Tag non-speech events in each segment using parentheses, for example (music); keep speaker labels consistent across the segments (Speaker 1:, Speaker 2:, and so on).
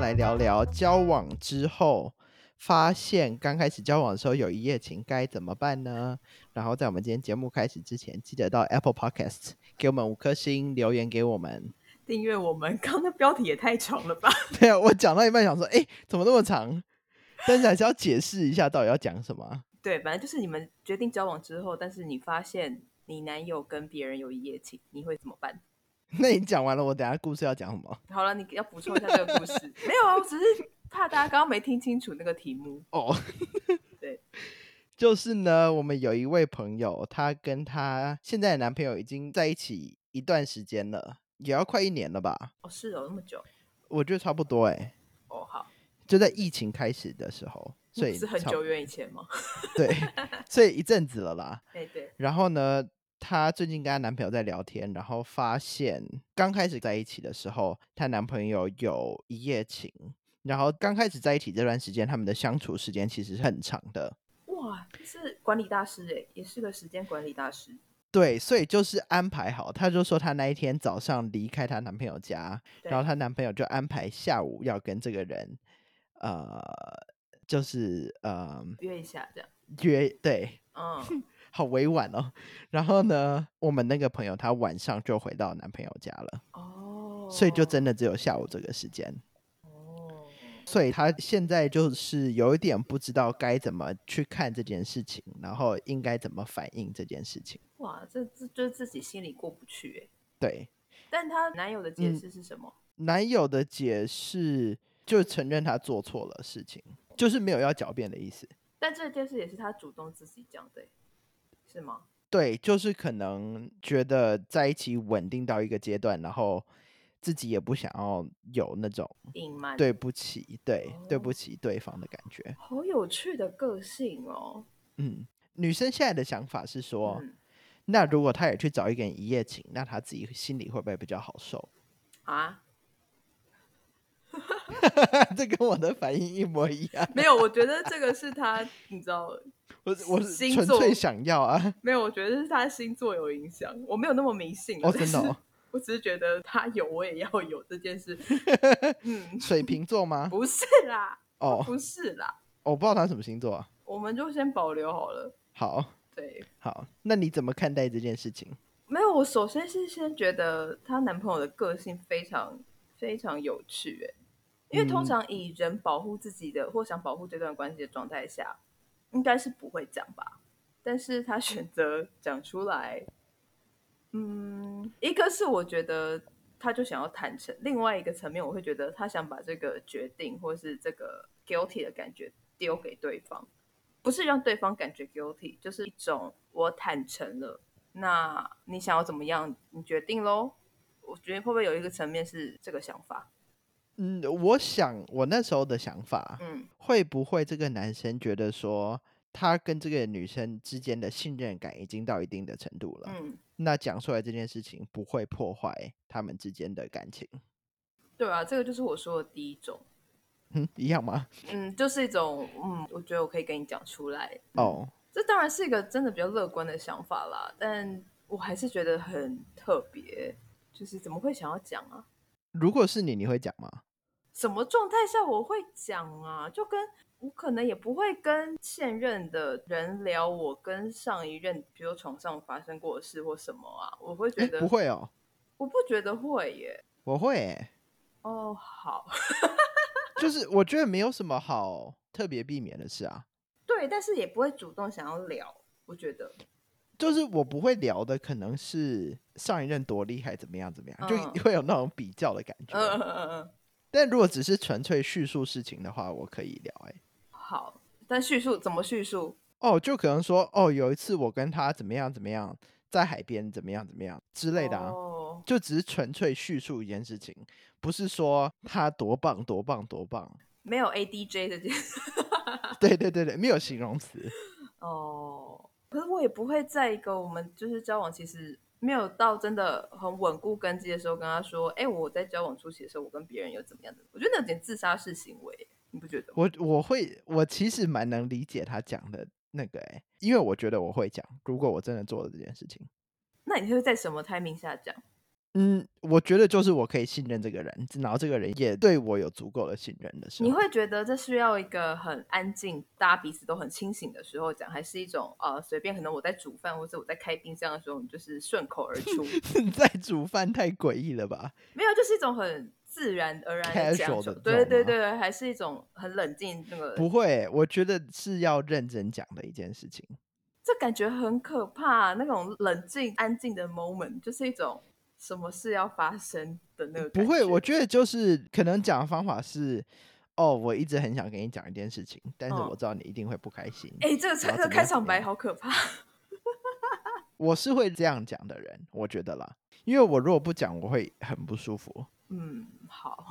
Speaker 1: 来聊聊交往之后，发现刚开始交往的时候有一夜情该怎么办呢？然后在我们今天节目开始之前，记得到 Apple Podcast 给我们五颗星，留言给我们。 (laughs)
Speaker 2: 订阅我们，刚刚那标题也太长了吧？ (laughs)
Speaker 1: 对啊，我讲到一半想说，哎，怎么那么长？但是还是要解释一下到底要讲什么 (laughs) 啊。
Speaker 2: 对，反正就是你们决定交往之后，但是你发现你男友跟别人有一夜情，你会怎么办？
Speaker 1: 那你讲完了，我等下故事要讲什么？
Speaker 2: 好了，你要补充一下这个故事。没有啊，我只是怕大家刚刚没听清楚那个题目。
Speaker 1: 哦，
Speaker 2: 对，
Speaker 1: 就是呢，我们有一位朋友，她跟她现在的男朋友已经在一起一段时间了，也要快一年了吧？
Speaker 2: (laughs) 哦，是哦，那么久。
Speaker 1: 我觉得差不多哎、
Speaker 2: 哦，好，
Speaker 1: 就在疫情开始的时候，所以
Speaker 2: 嗯是很
Speaker 1: 差
Speaker 2: 久远以前吗？ (laughs)
Speaker 1: 对，所以一阵子了啦。
Speaker 2: 哎，对，
Speaker 1: 然后呢，她最近跟她男朋友在聊天，然后发现刚开始在一起的时候，她男朋友有一夜情，然后刚开始在一起这段时间，他们的相处时间其实是很长的。
Speaker 2: 哎哇，这是管理大师哎，也是个时间管理大师。
Speaker 1: 对，所以就是安排好，她就说她那一天早上离开她男朋友家，
Speaker 2: 对
Speaker 1: 然后她男朋友就安排下午要跟这个人，呃，就是呃
Speaker 2: 约一下这样，
Speaker 1: 约，对，
Speaker 2: 嗯，
Speaker 1: 好委婉哦。然后呢，我们那个朋友她晚上就回到男朋友家了，
Speaker 2: 哦，
Speaker 1: 所以就真的只有下午这个时间。
Speaker 2: 哦，
Speaker 1: 所以她现在就是有一点不知道该怎么去看这件事情，然后应该怎么反应这件事情。
Speaker 2: 哇，这这就是自己心里过不去哎。
Speaker 1: 对，
Speaker 2: 但她男友的解
Speaker 1: 嗯
Speaker 2: 释是什么？
Speaker 1: 男友的解释就承认他做错了事情，就是没有要狡辩的意思。
Speaker 2: 但这件事也是她主动自己讲的，欸是吗？
Speaker 1: 对，就是可能觉得在一起稳定到一个阶段，然后自己也不想要有那种
Speaker 2: 隐瞒，，
Speaker 1: 对不起、对对
Speaker 2: 哦
Speaker 1: 不起对方的感觉。
Speaker 2: 好有趣的个性哦。
Speaker 1: 嗯，女生现在的想法是说，
Speaker 2: 嗯
Speaker 1: 那如果她也去找一个人一夜情，那她自己心里会不会比较好受？ (laughs)
Speaker 2: 啊， (laughs)
Speaker 1: 这跟我的反应一模一样。
Speaker 2: 没有，我觉得这个是她，你知道，
Speaker 1: 我我是
Speaker 2: 星
Speaker 1: 纯
Speaker 2: 座
Speaker 1: 粹想要啊！
Speaker 2: 没有，我觉得是她星座有影响。我没有那么迷信啊
Speaker 1: 哦，真的、
Speaker 2: 但
Speaker 1: 哦
Speaker 2: 是， (laughs) 我只是觉得她有，我也要有这
Speaker 1: (laughs)
Speaker 2: 件事。嗯，
Speaker 1: 水瓶座吗？
Speaker 2: 不是啦，
Speaker 1: 哦，
Speaker 2: 不是啦，
Speaker 1: 我不知道他什么星座、啊。
Speaker 2: 我们就先保留好了。
Speaker 1: 好
Speaker 2: 对，
Speaker 1: 好，那你怎么看待这件事情？
Speaker 2: 没有，我首先是先觉得她男朋友的个性非常非常有趣，哎，因为通
Speaker 1: 嗯
Speaker 2: 常以人保护自己的或想保护这段关系的状态下，应该是不会讲吧，但是他选择讲出来，嗯，一个是我觉得他就想要坦诚，另外一个层面我会觉得他想把这个决定或是这个 guilty 的感觉丢给对方，不是让对方感觉 guilty，就是一种我坦诚了，那你想要怎么样，你决定喽。我觉得会不会有一个层面是这个想法？
Speaker 1: 嗯，我想我那时候的想法，
Speaker 2: 嗯，
Speaker 1: 会不会这个男生觉得说他跟这个女生之间的信任感已经到一定的程度了？
Speaker 2: 嗯，
Speaker 1: 那讲出来这件事情不会破坏他们之间的感情？
Speaker 2: 对啊，这个就是我说的第一种，
Speaker 1: 嗯，一样吗？
Speaker 2: 嗯，就是一种，嗯，我觉得我可以跟你讲出来。
Speaker 1: 哦，
Speaker 2: 这当然是一个真的比较乐观的想法啦，但我还是觉得很特别，就是怎么会想要讲啊？
Speaker 1: 如果是你，你会讲吗？
Speaker 2: 什么状态下我会讲啊？就跟我可能也不会跟现任的人聊我跟上一任，比如床上发生过的事或什么啊，我会觉
Speaker 1: 诶
Speaker 2: 得
Speaker 1: 不，会哦，
Speaker 2: 我不觉得会耶。
Speaker 1: 我会诶、
Speaker 2: 哦，好， (laughs)
Speaker 1: 就是我觉得没有什么好特别避免的事啊。
Speaker 2: 对，但是也不会主动想要聊，我觉得，
Speaker 1: 就是我不会聊的，可能是上一任多厉害，怎么样怎么样，就
Speaker 2: 嗯
Speaker 1: 会有那种比较的感觉。
Speaker 2: 嗯嗯嗯嗯。
Speaker 1: 但如果只是纯粹叙述事情的话，我可以聊、欸。
Speaker 2: 好，但叙述怎么叙述？
Speaker 1: 哦，就可能说，哦，有一次我跟他怎么样怎么样，在海边怎么样怎么样之类的、啊，
Speaker 2: 哦，
Speaker 1: 就只是纯粹叙述一件事情，不是说他多棒多棒多棒。
Speaker 2: 没有 ADJ 这件事。 (laughs) 啊
Speaker 1: 对对对对，没有形容词。
Speaker 2: 哦，可是我也不会在一个我们就是交往，其实没有到真的很稳固根基的时候，跟他说，哎、我在交往初期的时候，我跟别人有怎么样的？我觉得那有点自杀式行为，你不觉得吗？
Speaker 1: 我我会，我其实蛮能理解他讲的那个、欸，因为我觉得我会讲，如果我真的做了这件事情。
Speaker 2: 那你会在什么 timing 下讲？
Speaker 1: 嗯，我觉得就是我可以信任这个人，然后这个人也对我有足够的信任的时候， (laughs)
Speaker 2: 你会觉得这需要一个很安静，大家彼此都很清醒的时候讲，还是一种呃随便？可能我在煮饭或者我在开冰箱的时候，你就是顺口
Speaker 1: (laughs)
Speaker 2: 而出，
Speaker 1: 在煮饭太诡异了吧？
Speaker 2: 没有，就是一种很自然而然的讲
Speaker 1: Casual
Speaker 2: 求。
Speaker 1: 的
Speaker 2: 对
Speaker 1: 这种
Speaker 2: 对
Speaker 1: 吗
Speaker 2: 对，还是一种很冷静那个，
Speaker 1: 不会，我觉得是要认真讲的一件事情。
Speaker 2: 这感觉很可怕。那种冷静安静的 moment，就是一种什么事要发生的那个感
Speaker 1: 不会，我
Speaker 2: 觉
Speaker 1: 觉得就是可能讲的方法是，哦，我一直很想跟你讲一件事情，但是
Speaker 2: 嗯
Speaker 1: 我知道你一定会不开心。
Speaker 2: 哎，这个
Speaker 1: 怎么
Speaker 2: 这个
Speaker 1: 怎么
Speaker 2: 开
Speaker 1: 样
Speaker 2: 场
Speaker 1: 怎么
Speaker 2: 白
Speaker 1: 样
Speaker 2: 好可怕。
Speaker 1: 我是会这样讲的人，我觉得啦，因为我如果不讲，我会很不舒服。
Speaker 2: 嗯，好。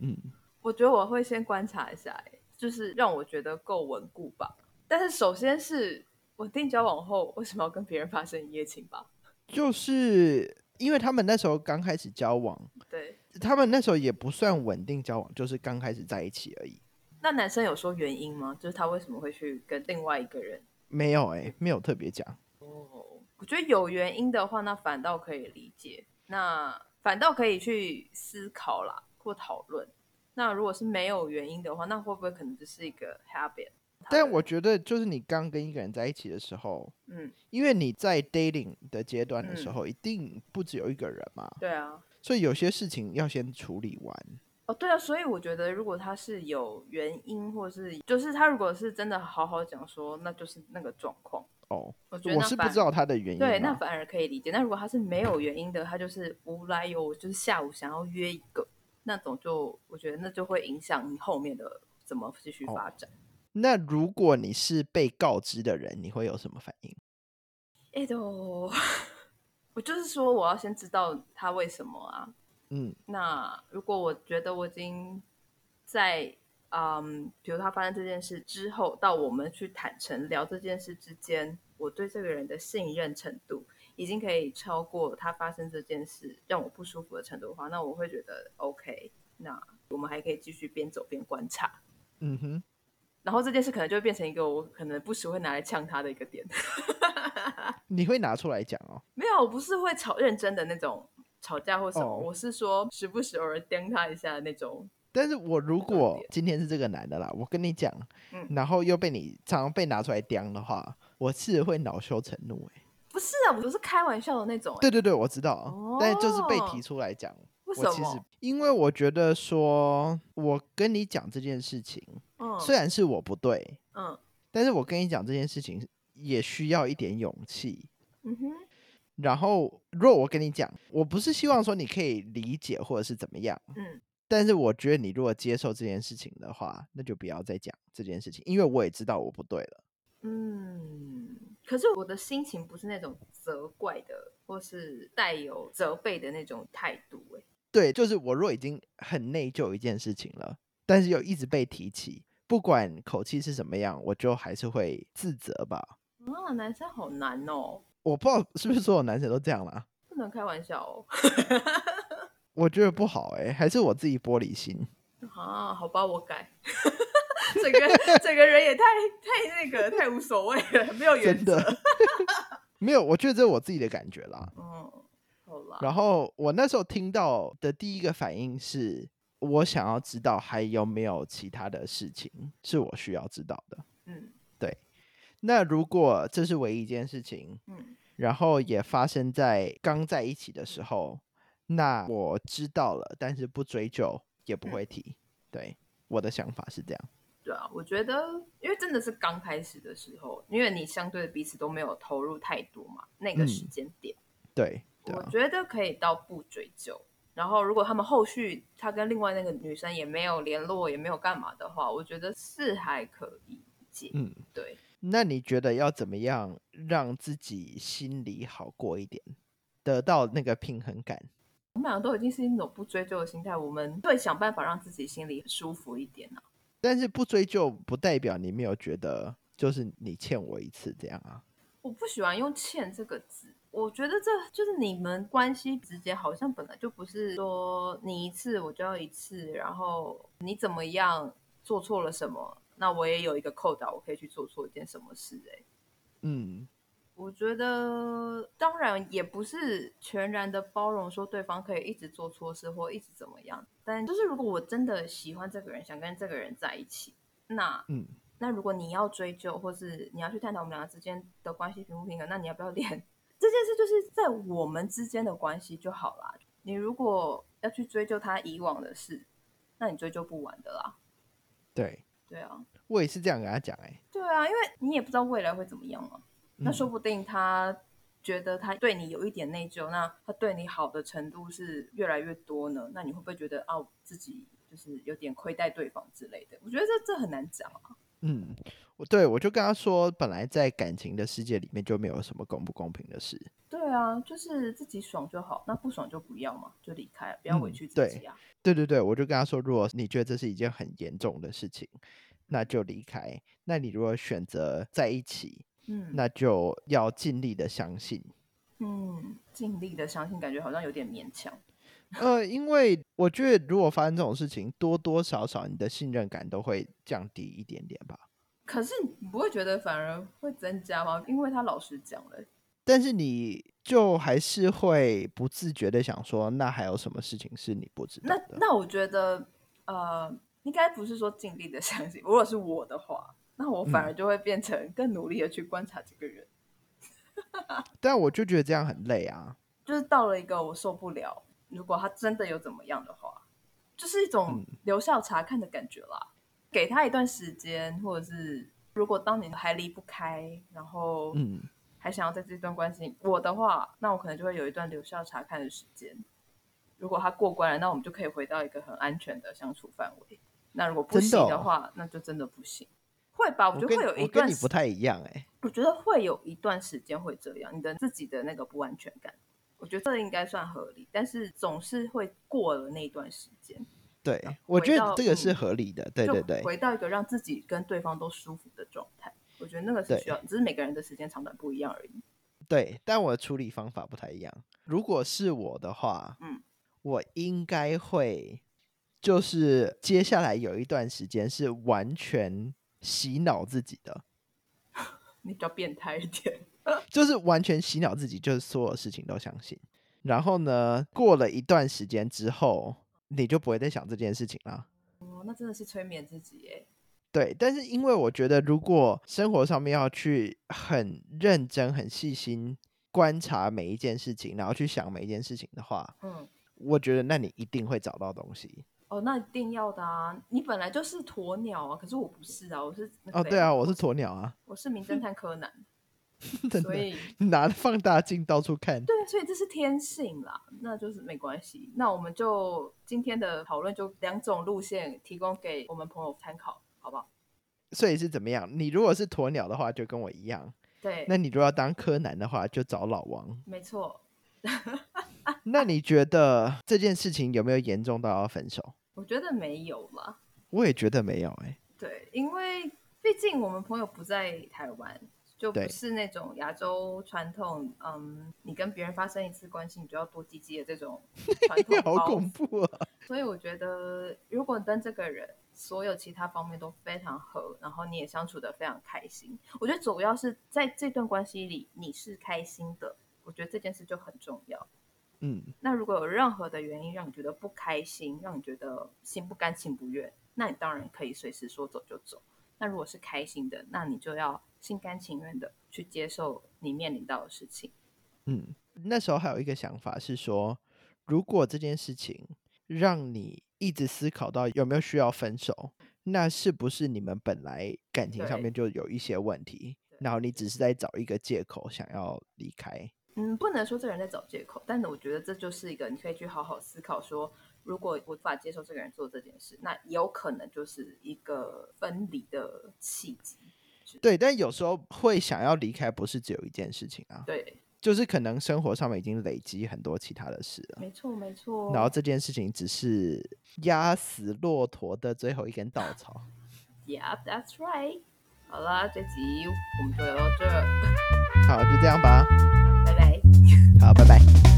Speaker 1: 嗯，
Speaker 2: 我觉得我会先观察一下、欸，就是让我觉得够稳固吧。但是首先是稳定交往后，为什么要跟别人发生一夜情吧？
Speaker 1: 就是因为他们那时候刚开始交往，
Speaker 2: 对，
Speaker 1: 他们那时候也不算稳定交往，就是刚开始在一起而已。
Speaker 2: 那男生有说原因吗？就是他为什么会去跟另外一个人？
Speaker 1: 没有哎、
Speaker 2: 嗯
Speaker 1: 没有特别讲。
Speaker 2: 哦，我觉得有原因的话，那反倒可以理解，那反倒可以去思考啦或讨论。那如果是没有原因的话，那会不会可能只是一个 habit？
Speaker 1: 但我觉得就是你刚跟一个人在一起的时候，
Speaker 2: 嗯，
Speaker 1: 因为你在 dating 的阶段的时
Speaker 2: 嗯
Speaker 1: 候，一定不只有一个人嘛，
Speaker 2: 对啊，
Speaker 1: 所以有些事情要先处理完。
Speaker 2: 哦，对啊，所以我觉得，如果他是有原因，或是就是他如果是真的好好讲说，那就是那个状况，
Speaker 1: 哦，
Speaker 2: 我觉得
Speaker 1: 我
Speaker 2: 那
Speaker 1: 是不
Speaker 2: 反
Speaker 1: 知道他的原因啊啦。
Speaker 2: 对，那反而可以理解。那如果他是没有原因的，他就是无来由，我就是下午想要约一个那种就，我觉得那就会影响你后面的怎么继续
Speaker 1: 哦
Speaker 2: 发展。
Speaker 1: 那如果你是被告知的人，你会有什么反应？
Speaker 2: 哎、都， (laughs) 我就是说，我要先知道他为什么啊，
Speaker 1: 嗯，
Speaker 2: 那如果我觉得我已经在嗯，比如他发生这件事之后，到我们去坦诚聊这件事之间，我对这个人的信任程度已经可以超过他发生这件事让我不舒服的程度的话，那我会觉得 OK。那我们还可以继续边走边观察，
Speaker 1: 嗯哼，
Speaker 2: 然后这件事可能就会变成一个我可能不时会拿来呛他的一个点。 (laughs)
Speaker 1: 你会拿出来讲哦。
Speaker 2: 没有，我不是会吵认真的那种吵架或什么
Speaker 1: 哦
Speaker 2: 我是说时不时偶尔盯他一下的那种
Speaker 1: 但是我如
Speaker 2: 了
Speaker 1: 果
Speaker 2: 解
Speaker 1: 今天是这个男的啦，我跟你讲，
Speaker 2: 嗯
Speaker 1: 然后又被你常常被拿出来刁的话，我是会恼羞成怒、欸。
Speaker 2: 不是啊，我都是开玩笑的那种、欸。
Speaker 1: 对对对，我知道，但就是被提
Speaker 2: 哦
Speaker 1: 出来讲，
Speaker 2: 为什
Speaker 1: 我其实
Speaker 2: 么？
Speaker 1: 因为我觉得说，我跟你讲这件事情，
Speaker 2: 嗯
Speaker 1: 虽然是我不对，
Speaker 2: 嗯
Speaker 1: 但是我跟你讲这件事情也需要一点勇气。
Speaker 2: 嗯哼，
Speaker 1: 然后，如果我跟你讲，我不是希望说你可以理解或者是怎么样，
Speaker 2: 嗯，
Speaker 1: 但是我觉得你如果接受这件事情的话，那就不要再讲这件事情，因为我也知道我不对了。
Speaker 2: 嗯。可是我的心情不是那种责怪的，或是带有责备的那种态度、欸。
Speaker 1: 对，就是我若已经很内疚一件事情了，但是又一直被提起，不管口气是什么样，我就还是会自责吧。
Speaker 2: 啊，男生好难哦，
Speaker 1: 我不知道是不是所有男生都这样啦，
Speaker 2: 不能开玩笑哦。
Speaker 1: 我觉得不好哎、还是我自己玻璃心。
Speaker 2: 啊，好吧，我改。 (laughs) 整个整个人也太太那个太无所谓了，没有原
Speaker 1: 真
Speaker 2: 则。
Speaker 1: 的 (laughs) 没有，我觉得这是我自己的感觉啦。
Speaker 2: 嗯，好啦，
Speaker 1: 然后我那时候听到的第一个反应是，我想要知道还有没有其他的事情是我需要知道的。
Speaker 2: 嗯
Speaker 1: 那如果这是唯一一件事情，
Speaker 2: 嗯
Speaker 1: 然后也发生在刚在一起的时候，那我知道了，但是不追究，也不
Speaker 2: 嗯
Speaker 1: 会提。对，我的想法是这样。
Speaker 2: 对啊，我觉得，因为真的是刚开始的时候，因为你相对彼此都没有投入太多嘛，那个
Speaker 1: 嗯
Speaker 2: 时间点，
Speaker 1: 对，对
Speaker 2: 我
Speaker 1: 啊，
Speaker 2: 觉得可以到不追究。然后，如果他们后续他跟另外那个女生也没有联络，也没有干嘛的话，我觉得是还可以理解。
Speaker 1: 嗯，
Speaker 2: 对，
Speaker 1: 那你觉得要怎么样让自己心里好过一点，得到那个平衡感？
Speaker 2: 我们两个都已经是一种不追究的心态，我们会想办法让自己心里舒服一点啊。
Speaker 1: 但是不追究不代表你没有觉得就是你欠我一次这样啊。
Speaker 2: 我不喜欢用“欠”这个字，我觉得这就是你们关系之间好像本来就不是说你一次我就要一次，然后你怎么样做错了什么，那我也有一个扣打，我可以去做错一件什么事、欸。
Speaker 1: 嗯，
Speaker 2: 我觉得当然也不是全然的包容，说对方可以一直做错事或一直怎么样。但就是如果我真的喜欢这个人，想跟这个人在一起，那
Speaker 1: 嗯，
Speaker 2: 那如果你要追究，或是你要去探讨我们两个之间的关系平不平衡，那你要不要练？ (laughs) 这件事就是在我们之间的关系就好啦。你如果要去追究他以往的事，那你追究不完的啦。
Speaker 1: 对
Speaker 2: 对啊，
Speaker 1: 我也是这样跟他讲哎、
Speaker 2: 对啊，因为你也不知道未来会怎么样嘛。那
Speaker 1: 嗯
Speaker 2: 说不定他觉得他对你有一点内疚，那他对你好的程度是越来越多呢。那你会不会觉得啊，自己就是有点亏待对方之类的？我觉得这这很难讲啊。
Speaker 1: 嗯，我对我就跟他说，本来在感情的世界里面就没有什么公不公平的事，
Speaker 2: 对啊，就是自己爽就好，那不爽就不要嘛，就离开，不要委屈自己啊。
Speaker 1: 嗯对对对，我就跟他说，如果你觉得这是一件很严重的事情，那就离开。那你如果选择在一起，
Speaker 2: 嗯
Speaker 1: 那就要尽力的相信。
Speaker 2: 嗯，尽力的相信，感觉好像有点勉强。
Speaker 1: 呃，因为我觉得如果发生这种事情，多多少少你的信任感都会降低一点点吧。
Speaker 2: 可是你不会觉得反而会增加吗？因为他老实讲了，
Speaker 1: 但是你就还是会不自觉的想说，那还有什么事情是你不知道
Speaker 2: 那
Speaker 1: 的？
Speaker 2: 那我觉得，呃，应该不是说尽力的相信。如果是我的话，那我
Speaker 1: 嗯
Speaker 2: 反而就会变成更努力的去观察这个人。
Speaker 1: 但我就觉得这样很累啊。
Speaker 2: 就是到了一个我受不了，如果他真的有怎么样的话，就是一
Speaker 1: 嗯
Speaker 2: 种留校察看的感觉啦。给他一段时间，或者是如果当你还离不开，然后
Speaker 1: 嗯，
Speaker 2: 还想要在这段关系里，我的话，那我可能就会有一段留校察看的时间。如果他过关了，那我们就可以回到一个很安全的相处范围。那如果不行
Speaker 1: 真的
Speaker 2: 的
Speaker 1: 哦
Speaker 2: 话，那就真的不行。会吧？我觉
Speaker 1: 我
Speaker 2: 得
Speaker 1: 跟
Speaker 2: 会有
Speaker 1: 我
Speaker 2: 一
Speaker 1: 跟
Speaker 2: 段
Speaker 1: 你
Speaker 2: 时，
Speaker 1: 不太一样哎、
Speaker 2: 我觉得会有一段时间会这样，你的自己的那个不安全感，我觉得这应该算合理，但是总是会过了那段时间，
Speaker 1: 对，我
Speaker 2: 回
Speaker 1: 觉得
Speaker 2: 到
Speaker 1: 这个
Speaker 2: 嗯
Speaker 1: 是合理的。对对对
Speaker 2: 就，回到一个让自己跟对方都舒服的状态。我觉得那个是
Speaker 1: 对
Speaker 2: 需要，只是每个人的时间长短不一样而已。
Speaker 1: 对，但我的处理方法不太一样。如果是我的话，
Speaker 2: 嗯，
Speaker 1: 我应该会就是接下来有一段时间是完全洗脑自己的，
Speaker 2: 你比较变态一点， (laughs)
Speaker 1: 就是完全洗脑自己，就是所有事情都相信。然后呢，过了一段时间之后，你就不会再想这件事情了。
Speaker 2: 哦，那真的是催眠自己耶。
Speaker 1: 对，但是因为我觉得，如果生活上面要去很认真、很细心观察每一件事情，然后去想每一件事情的话，
Speaker 2: 嗯，
Speaker 1: 我觉得那你一定会找到东西。
Speaker 2: 哦，那一定要的啊！你本来就是鸵鸟啊，可是我不是啊，我是那个
Speaker 1: 哦，对啊，
Speaker 2: 欸
Speaker 1: 我是鸵鸟啊， (laughs)
Speaker 2: 我是名侦探柯南，
Speaker 1: 真
Speaker 2: 所
Speaker 1: 的，
Speaker 2: 以
Speaker 1: 拿着放大镜到处看。
Speaker 2: 对，所以这是天性啦，那就是没关系。那我们就今天的讨论就两种路线提供给我们朋友参考，好不好？
Speaker 1: 所以是怎么样？你如果是鸵鸟的话，就跟我一样；
Speaker 2: 对，
Speaker 1: 那你如果要当柯南的话，就找老王。
Speaker 2: 没错，
Speaker 1: 那你觉得这件事情有没有严重到要分手？
Speaker 2: 我觉得没有啦。
Speaker 1: 我也觉得没有、哎，
Speaker 2: 对，因为毕竟我们朋友不在台湾，就
Speaker 1: 对
Speaker 2: 不是那种亚洲传统，嗯，你跟别人发生一次关系，你就要多积极的这
Speaker 1: (laughs)
Speaker 2: 种传统
Speaker 1: 好
Speaker 2: 包
Speaker 1: 恐
Speaker 2: 袱。
Speaker 1: 怖啊！
Speaker 2: 所以我觉得，如果跟这个人所有其他方面都非常合，然后你也相处的非常开心，我觉得主要是在这段关系里你是开心的，我觉得这件事就很重要。
Speaker 1: 嗯，
Speaker 2: 那如果有任何的原因让你觉得不开心，让你觉得心不甘情不愿，那你当然可以随时说走就走。那如果是开心的，那你就要心甘情愿的去接受你面临到的事情。
Speaker 1: 嗯，那时候还有一个想法是说，如果这件事情让你一直思考到有没有需要分手，那是不是你们本来感情上
Speaker 2: 对
Speaker 1: 面就有一些问题，
Speaker 2: 对
Speaker 1: 然后你只是在找一个借口想要离开？
Speaker 2: 嗯，不能说这个人在找借口，但是我觉得这就是一个你可以去好好思考说，如果无法接受这个人做这件事，那有可能就是一个分离的契机。
Speaker 1: 对，但有时候会想要离开，不是只有一件事情啊，
Speaker 2: 对，
Speaker 1: 就是可能生活上面已经累积很多其他的事了，
Speaker 2: 没错，没错。
Speaker 1: 然后这件事情只是压死骆驼的最后一根稻草。
Speaker 2: ，Yeah，that's right。好啦，这集我们就聊到这儿，
Speaker 1: 好，就这样吧，
Speaker 2: 拜拜。
Speaker 1: 好，拜拜。